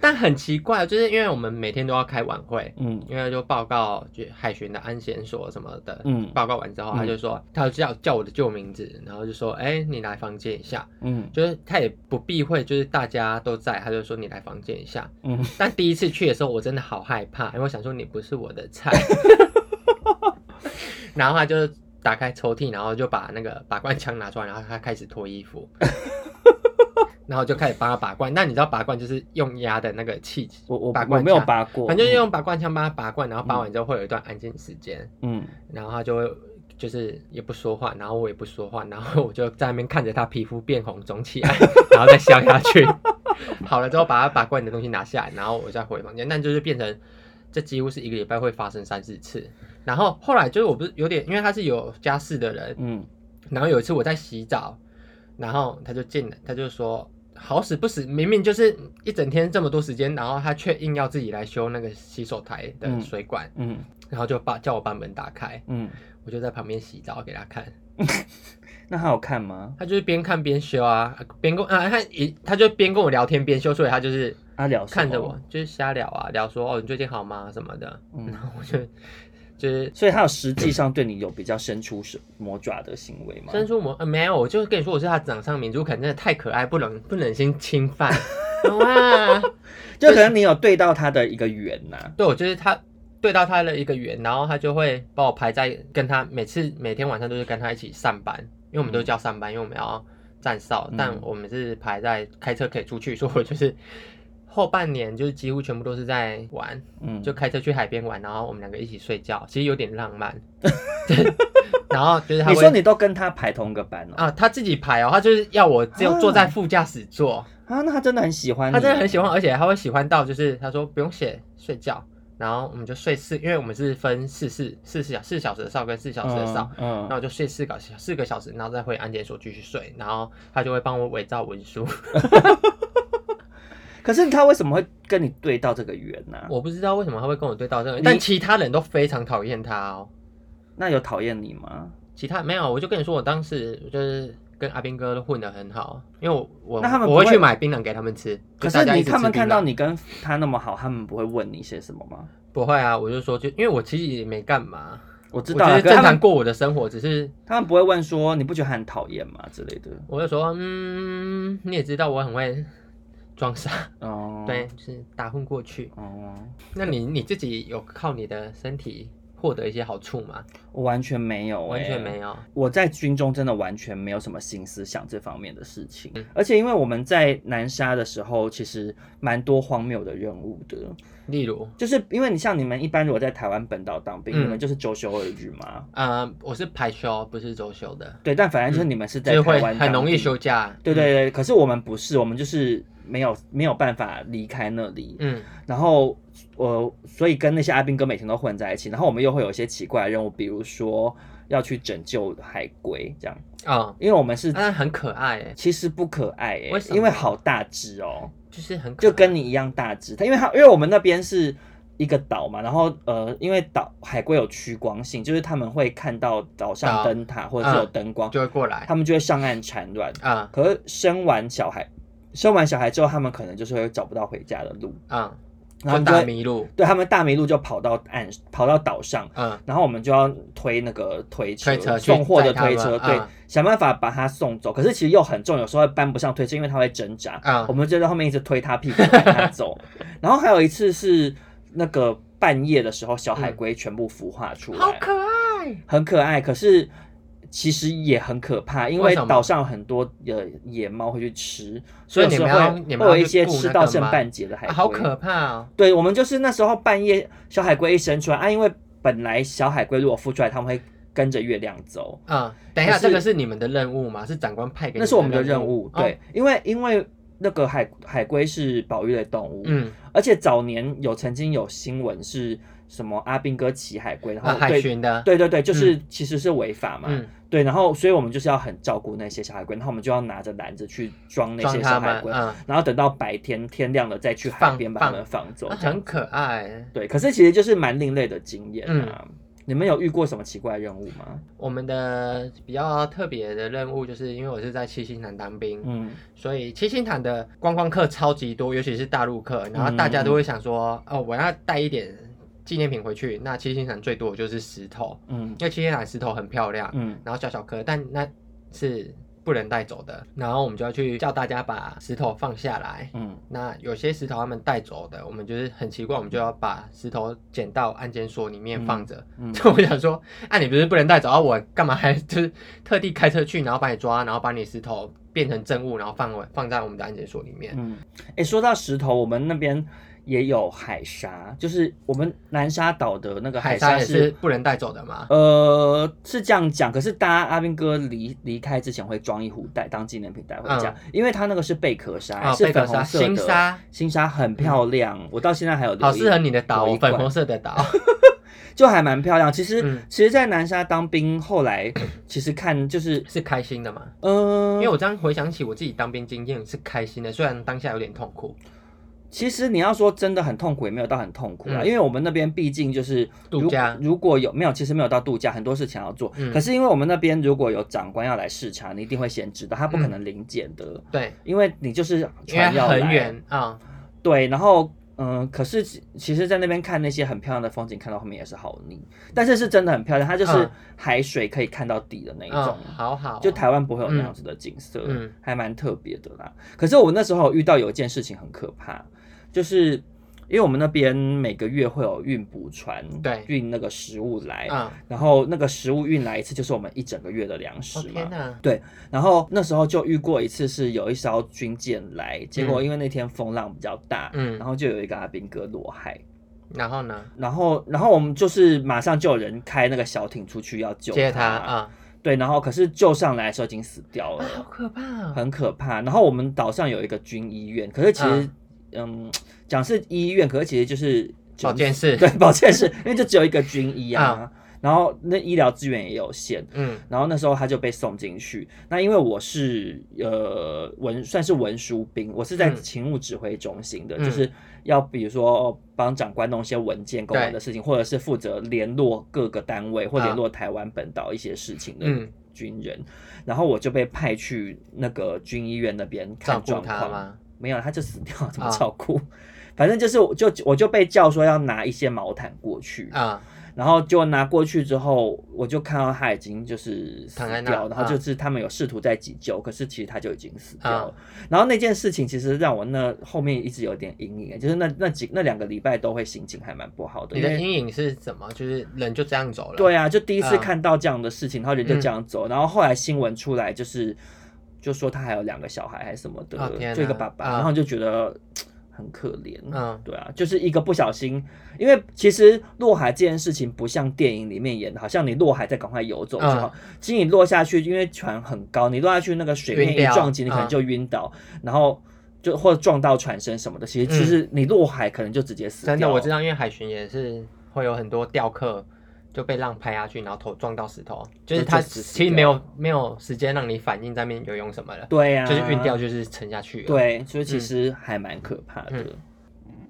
但很奇怪，就是因为我们每天都要开晚会，嗯因为就报告就海巡的安检所什么的，嗯报告完之后，他就说，他就叫叫我的旧名字，然后就说，哎、你来房间一下。嗯就是他也不避讳，就是大家都在，他就说你来房间一下。嗯，但第一次去的时候，我真的好害怕，因为我想说你不是我的菜。然后他就打开抽屉，然后就把那个把关枪拿出来，然后他开始脱衣服。然后就开始帮他拔罐。那你知道拔罐就是用压的那个器具，我我拔我罐没有枪，拔过，嗯反正就用拔罐枪帮他拔罐，然后拔完之后会有一段安静时间，嗯然后他就会就是也不说话，然后我也不说话，然后我就在那边看着他皮肤变红肿起来， *laughs* 然后再消下去。 *laughs* 好了之后，把他拔罐的东西拿下来，然后我再回房间，但就是变成这几乎是一个礼拜会发生三四次。然后后来就是我不是有点，因为他是有家室的人，嗯然后有一次我在洗澡，然后他就进来，他就说好死不死，明明就是一整天这么多时间，然后他却硬要自己来修那个洗手台的嗯水管，嗯然后就把叫我把门打开，嗯，我就在旁边洗澡给他看，那还有看吗？他就是边看边修啊，边跟啊他一他就边跟我聊天边修，所以他就是他聊什么看着我，就是瞎聊啊，聊说哦你最近好吗什么的，嗯然后我就就是所以他有实际上对你有比较伸出手魔爪的行为吗？珍珠魔、呃、没有，我就是跟你说，我是他掌上明珠，可能真的太可爱，不能不忍心侵犯。哇，就可能你有对到他的一个圆呐、对我就是他对到他的一个圆，然后他就会把我排在跟他每次每天晚上都是跟他一起上班，因为我们都叫上班，因为我们要站哨，嗯但我们是排在开车可以出去，所以我就是后半年就是几乎全部都是在玩，嗯，就开车去海边玩，然后我们两个一起睡觉，其实有点 *laughs* 浪漫。然后就是他你会说你都跟他排同一个班哦、啊，他自己排哦，他就是要我只有坐在副驾驶座，啊，那他真的很喜欢你，他真的很喜欢，而且他会喜欢到就是他说不用写睡觉，然后我们就睡四，因为我们是分四四四四小四小时的哨跟四小时的哨，嗯，那、我就睡四个小四个小时，然后再回安检所继续睡，然后他就会帮我伪造文书， *laughs* 可是他为什么会跟你对到这个圆呢、我不知道为什么他会跟我对到这个，你但其他人都非常讨厌他哦，那有讨厌你吗？其他没有，我就跟你说我当时就是。跟阿斌哥都混得很好，因为我我那他们不我会会去买槟榔给他们吃。可就是大家一你起他吃们槟看榔到你跟他那么好，他们不会问你些什么吗？不会啊，我就说就因为我其实也没干嘛，我知我道就了，是可是正他常们过我的生活，只是他们不会问说你不觉得他很讨厌吗之类的。我就说，嗯，你也知道我很会装傻，哦，对，，就是打混过去。哦，那你你自己有靠你的身体获得一些好处吗？我完全没有、欸，完全没有。我在军中真的完全没有什么心思想这方面的事情，嗯而且因为我们在南沙的时候，其实蛮多荒谬的任务的，例如，就是因为你像你们一般如果在台湾本岛当兵，嗯你们就是周休二日嘛，呃，我是排休，不是周休的，对，但反正就是你们是嗯就在是台会湾很容易当兵休，嗯假。对对对，可是我们不是，我们就是没有没有办法离开那里，嗯，然后我所以跟那些阿兵哥每天都混在一起，然后我们又会有一些奇怪的任务，比如说要去拯救海龟这样，嗯，哦，因为我们是啊那、很可爱欸，其实不可爱欸为什么因为好大只哦，就是很可就爱跟你一样大只。它因为它因为我们那边是一个岛嘛，然后呃，因为岛海龟有趋光性，就是他们会看到岛上岛灯塔或者是有灯光，就会过来他们就会上岸产卵。啊可是生完小孩，生完小孩之后，他们可能就是会找不到回家的路，啊，然后他们就打就会迷路，对他们大迷路就跑到岸，跑到岛上。嗯，然后我们就要推那个推车，推车去送货的载他们推车，嗯对，想办法把它送走。可是其实又很重，有时候会搬不上推车，因为它会挣扎。嗯我们就在后面一直推它屁股，赶它 *laughs* 走。然后还有一次是那个半夜的时候，小海龟全部孵化出来，好可爱，很可爱。可是其实也很可怕，因为为什么岛上很多的野猫会去吃，所以有你时们候要会你们会要有一去些顾吃那到个圣吗诞节的海啊龟，好可怕哦。对，我们就是那时候半夜小海龟一生出来啊，因为本来小海龟如果孵出来，它们会跟着月亮走，啊、等一下，可是这个是你们的任务吗？是长官派给你那是我们的任任务。哦对，因为因为那个海海龟是保育类动物，嗯，而且早年有曾经有新闻是什么阿兵哥骑海龟，然啊，后海对、巡的，对对对，就是、其实是违法嘛。嗯，对，然后所以我们就是要很照顾那些小海龟，然后我们就要拿着篮子去装那装些他小海们，龟。嗯，然后等到白天天亮了再去海放边把放它们放走，啊这样很可爱。对，可是其实就是蛮另类的经验啊。嗯你们有遇过什么奇怪的任务吗？我们的比较特别的任务，就是因为我是在七星潭当兵，嗯，所以七星潭的观光客超级多，尤其是大陆嗯客，然后大家都会想说，哦，我要带一点纪念品回去。那七星潭最多的就是石头，嗯因为七星潭石头很漂亮，嗯然后小小颗，但那是不能带走的。然后我们就要去叫大家把石头放下来，嗯那有些石头他们带走的，我们就是很奇怪，我们就要把石头捡到安检所里面放着。嗯就 *laughs* 我想 *laughs* 说，啊，你不是不能带走啊，我干嘛还就是特地开车去，然后把你抓，然后把你石头变成证物，然后放回放在我们的安检所里面。嗯，哎，说到石头，我们那边也有海沙，就是我们南沙岛的那个海沙沙也是不能带走的嘛？呃，是这样讲，可是大家阿兵哥离离开之前会装一壶带当纪念品带回家，因为它那个是贝壳沙，啊是嗯贝壳粉沙红色的新沙新沙很漂亮，我到现在还有留嗯好一适合你的岛留哦，一罐粉红色的 *laughs* 岛。就还蛮漂亮。其实、嗯其实，在南沙当兵，后来其实看就是，是开心的嘛？嗯、因为我这样回想起我自己当兵经验是开心的，虽然当下有点痛苦，其实你要说真的很痛苦，也没有到很痛苦啦，啊嗯因为我们那边毕竟就是度如假如果有没有，其实没有到度假，很多事情要做。嗯可是因为我们那边如果有长官要来视察，你一定会先知道，他嗯不可能零检的，对，因为你就是因为船要来很。远啊、对，然后嗯，可是其其实，在那边看那些很漂亮的风景，看到后面也是好腻，但是是真的很漂亮，它就是嗯海水可以看到底的那一嗯种。好好哦，就台湾不会有那样子的景色，嗯还蛮特别的啦。可是我那时候有遇到有一件事情很可怕，就是因为我们那边每个月会有运补船，对运那个食物来，啊，然后那个食物运来一次就是我们一整个月的粮哦食嘛。天哪，然后那时候就遇过一次，是有一艘军舰来，结果因为那天风浪比较大，嗯然后就有一个阿兵哥落海，然后呢？然后然后我们就是马上就有人开那个小艇出去要救接他啊、对，然后可是救上来的时候已经死掉了，啊，好可怕哦！呃很可怕。然后我们岛上有一个军医院，可是其啊实，嗯，讲是医院，可是其实就是保健室 *laughs* 对，保健室，因为就只有一个军医啊。然后那医疗资源也有限，嗯然后那时候他就被送进去。那因为我是呃文算是文书兵，我是在嗯勤务指挥中心的，嗯就是要比如说、哦帮长官弄一些文件公文对的事情，或者是负责联络各个单位或啊联络台湾本岛一些事情的嗯，军人。然后我就被派去那个军医院那边照看顾状他况，吗？没有他就死掉了，怎么啊照顾？反正就是我就我就被叫说要拿一些毛毯过去，啊，然后就拿过去之后，我就看到他已经就是死躺在那掉，然后啊就是他们有试图在急救，可是其实他就已经死掉啊了。然后那件事情其实让我那后面一直有点阴影，就是那那几那两个礼拜都会心情还蛮不好的，你因的为阴影是怎么？就是人就这样走了？对啊，就第一次嗯看到这样的事情，然后人就这样走，然后后来新闻出来就是就说他还有两个小孩还是什么的，哦天就一个哪爸爸，嗯然后就觉得嘖很可怜。嗯对啊，就是一个不小心，因为其实落海这件事情不像电影里面演的，好像你落海再赶快游走之后，嗯其实你落下去，因为船很高，你落下去那个水面晕掉一撞击，你可能嗯就晕倒，然后就或者撞到船身什么的，其实嗯其实你落海可能就直接死掉。真的，我知道。道，因为海巡也是会有很多钓客就被浪拍下去，然后头撞到石头，就是就他死死其实掉没有没有时间让你反应在面游泳什么的，对呀、啊，就是晕掉就是沉下去了。，对，所以其实还蛮可怕的。啊嗯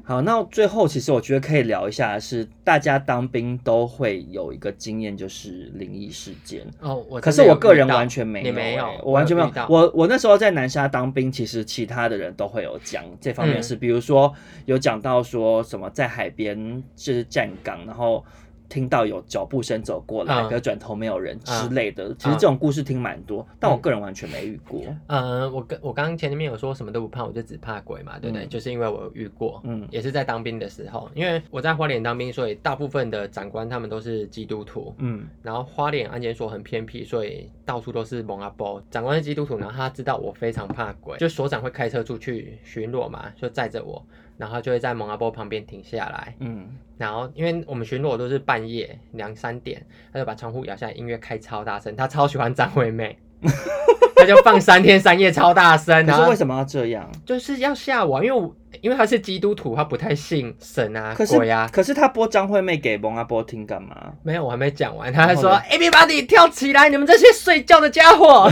好，那最后其实我觉得可以聊一下的是，大家当兵都会有一个经验，就是灵异事件。哦，我可真是的有我个人遇到完全没你有、没有欸，我完全没有遇到。我我那时候在南沙当兵，其实其他的人都会有讲这方嗯面的事，比如说有讲到说什么在海边就是站岗，然后听到有脚步声走过来，嗯可是转头没有人之嗯类的。其实这种故事听蛮多，但我个人完全没遇过。嗯，我跟我刚刚前面有说什么都不怕，我就只怕鬼嘛，对不对？嗯就是因为我有遇过，嗯也是在当兵的时候，因为我在花莲当兵，所以大部分的长官他们都是基督徒，嗯然后花莲安检所很偏僻，所以到处都是蒙阿波。长官是基督徒，然后他知道我非常怕鬼，就所长会开车出去巡逻嘛，就载着我，然后就会在蒙阿波旁边停下来。嗯然后因为我们巡逻都是半夜两三点，他就把窗户摇下来，音乐开超大声，他超喜欢张惠妹， *laughs* 他就放三天三夜超大声。 *laughs* 可然是后为什么要这样？就是要吓我啊，因为我因为他是基督徒，他不太信神啊、可是鬼啊。可是他播张惠妹给蒙阿波听干嘛？没有，我还没讲完，他还说然后：“Everybody 跳起来，你们这些睡觉的家 *laughs* 伙！”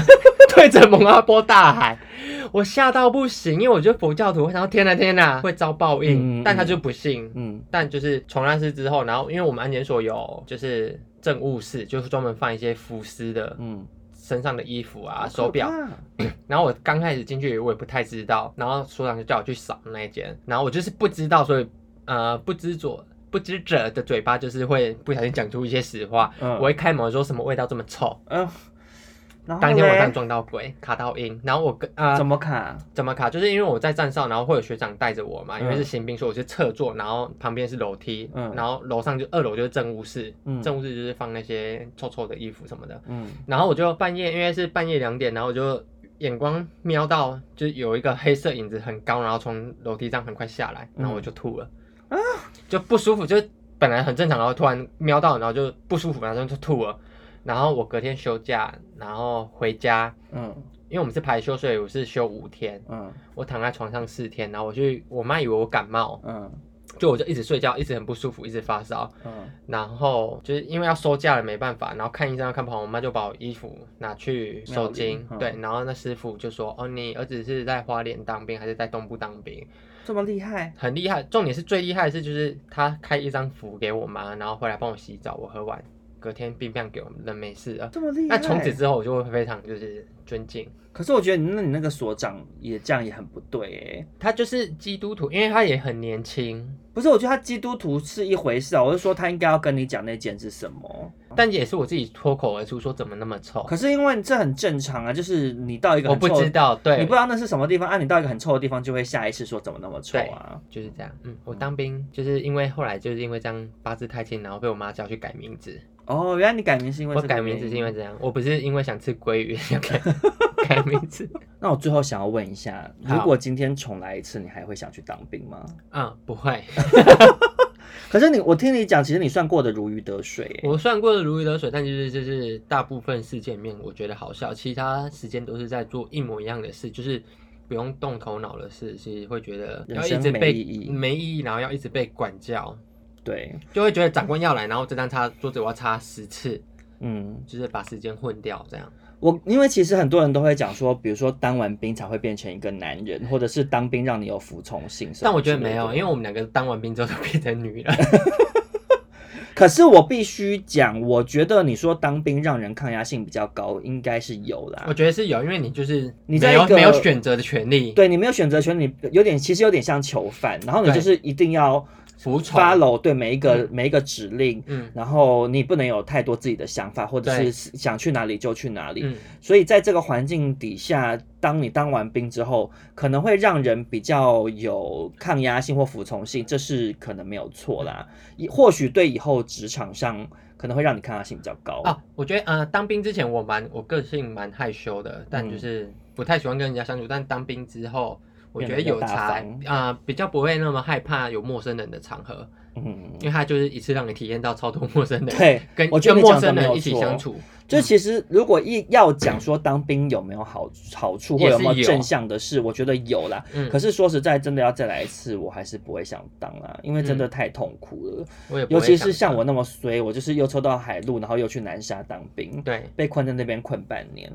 对着蒙阿波大喊，我吓到不行，因为我觉得佛教徒，然后天哪啊天哪会遭报应，嗯但他就不信。嗯但就是从那次之后，然后因为我们安检所有就是政务室，就是专门放一些浮尸的嗯，身上的衣服啊、好手表可，怕然后我刚开始进去，我也不太知道，然后所长就叫我去扫那一间，然后我就是不知道，所以呃不知所不知者的嘴巴就是会不小心讲出一些实话。嗯我一开门我说什么味道这么臭，嗯，然后当天晚上嘞撞到鬼，卡到阴，然后我跟啊、怎么卡？怎么卡？就是因为我在站哨，然后会有学长带着我嘛，因为嗯是新兵，所以我是侧坐，然后旁边是楼梯，嗯然后楼上就二楼就是政务室，嗯政务室就是放那些臭臭的衣服什么的，嗯然后我就半夜，因为是半夜两点，然后我就。眼光瞄到，就是有一个黑色影子很高，然后从楼梯上很快下来，然后我就吐了，就不舒服，就本来很正常，然后突然瞄到，然后就不舒服，然后就吐了。然后我隔天休假，然后回家，嗯因为我们是排休，所以我是休五天，嗯我躺在床上四天，然后我去，我妈以为我感冒，嗯就我就一直睡觉，一直很不舒服，一直发烧，嗯然后就是因为要收假了，没办法，然后看医生要看不好，我妈就把我衣服拿去收庙金里，嗯对，然后那师傅就说：“哦，你儿子是在花莲当兵还是在东部当兵？这么厉害，很厉害。重点是最厉害的是，就是他开一张符给我妈，然后回来帮我洗澡，我喝完，隔天冰棒给我们，人没事了。这么厉害。那从此之后，我就会非常就是尊敬可是我觉得你那你那个所长也这样也很不对哎、他，就是基督徒，因为他也很年轻，不是，我觉得他基督徒是一回事啊，我是说他应该要跟你讲那件是什么。但也是我自己脱口而出说怎么那么臭，可是因为这很正常啊，就是你到一个哦我很不臭知，道，对，你不知道那是什么地方啊，你到一个很臭的地方就会下意识说怎么那么臭啊。就是这样，嗯，我当兵就是因为后来就是因为这样八字太轻，然后被我妈叫去改名字。哦，原来你改名是因为我这个改名字原是因因为这样，我不是因为想吃鲑鱼 *laughs* 要改改名字。那我最后想要问一下，好如果今天重来一次，你还会想去当兵吗？嗯，不会，可是你，我听你讲，其实你算过得如鱼得水欸、 *laughs* 我算过了如鱼得水，但就是就是大部分事件里面我觉得好笑，其他时间都是在做一模一样的事，就是。不用动头脑的事，其实会觉得人要一生直没被意义没意义，然后要一直被管教，对，就会觉得长官要来，然后这张擦桌子我要擦十次，嗯，就是把时间混掉这样。我因为其实很多人都会讲说，比如说当完兵才会变成一个男人，或者是当兵让你有服从性什么之类的。但我觉得没有，因为我们两个当完兵之后都变成女人。 *laughs* 可是我必须讲，我觉得你说当兵让人抗压性比较高，应该是有啦我。觉得是有，因为你就是你在没一有个没有选择的权利，，对你没有选择权，你有点其实有点像囚犯，然后你对就是一定要服从， follow 对每一个、每一个指令，嗯然后你不能有太多自己的想法，或者对是想去哪里就去哪里。嗯，所以在这个环境底下，当你当完兵之后，可能会让人比较有抗压性或服从性，这是可能没有错啦。嗯以或许对以后职场上可能会让你抗压性比较高。啊，我觉得呃，当兵之前我蛮我个性蛮害羞的，但嗯就是不太喜欢跟人家相处，但当兵之后。我觉得有差变得比较啊、比较不会那么害怕有陌生人的场合，嗯因，为他就是一次让你体验到超多陌生人，对跟我觉得跟你讲陌得生没有人一起错相处，就其实如果一要讲说当兵有没有好好处或也是有没有有正向的事，我觉得有啦。嗯可是说实在，真的要再来一次，我还是不会想当啦，因为真的嗯太痛苦了。我也不尤会其想是像到我那么衰，我就是又抽到海陆，然后又去南沙当兵，对被困在那边困半年，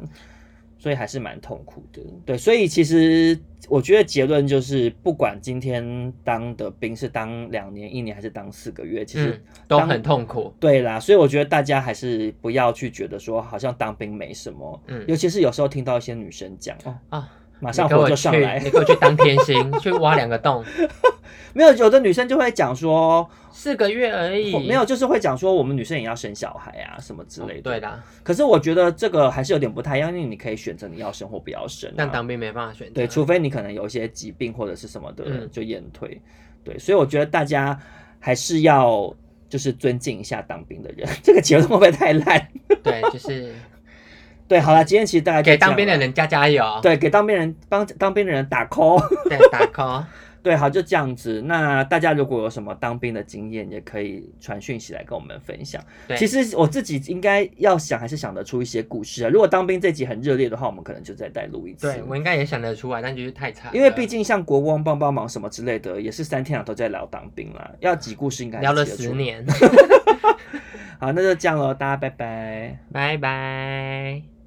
所以还是蛮痛苦的。对，所以其实我觉得结论就是，不管今天当的兵是当两年、一年还是当四个月，其实、嗯都很痛苦，对啦，所以我觉得大家还是不要去觉得说好像当兵没什么，嗯尤其是有时候听到一些女生讲哦，啊，马你上给火我就上去来你，给我去当天星， *laughs* 去挖两个洞，没有有的女生就会讲说 *laughs* 四个月而已，哦没有，就是会讲说我们女生也要生小孩啊什么之类的，哦对啦，可是我觉得这个还是有点不太一样，因为你可以选择你要生或不要生、啊。但当兵没办法选择。对，除非你可能有一些疾病或者是什么的，嗯就验退。对，所以我觉得大家还是要就是尊敬一下当兵的人。 *laughs* 这个结论会不会太烂？ *laughs* 对，就是对，好了，今天其实大概就给这样当兵的啦，人加加油，对，给当兵人帮当兵的人打 call。 *laughs* *laughs* 对，打 call。对，好，就这样子。那大家如果有什么当兵的经验，也可以传讯息来跟我们分享。对其实我自己应该要想，还是想得出一些故事啊。如果当兵这集很热烈的话，我们可能就再再录一次。对我应该也想得出来，但就是太惨了，因为毕竟像国光帮帮忙什么之类的，也是三天两头在聊当兵啦。要挤故事应该还聊是了挤得十出。 *laughs* 年，好，那就这样喽，大家拜拜。拜拜。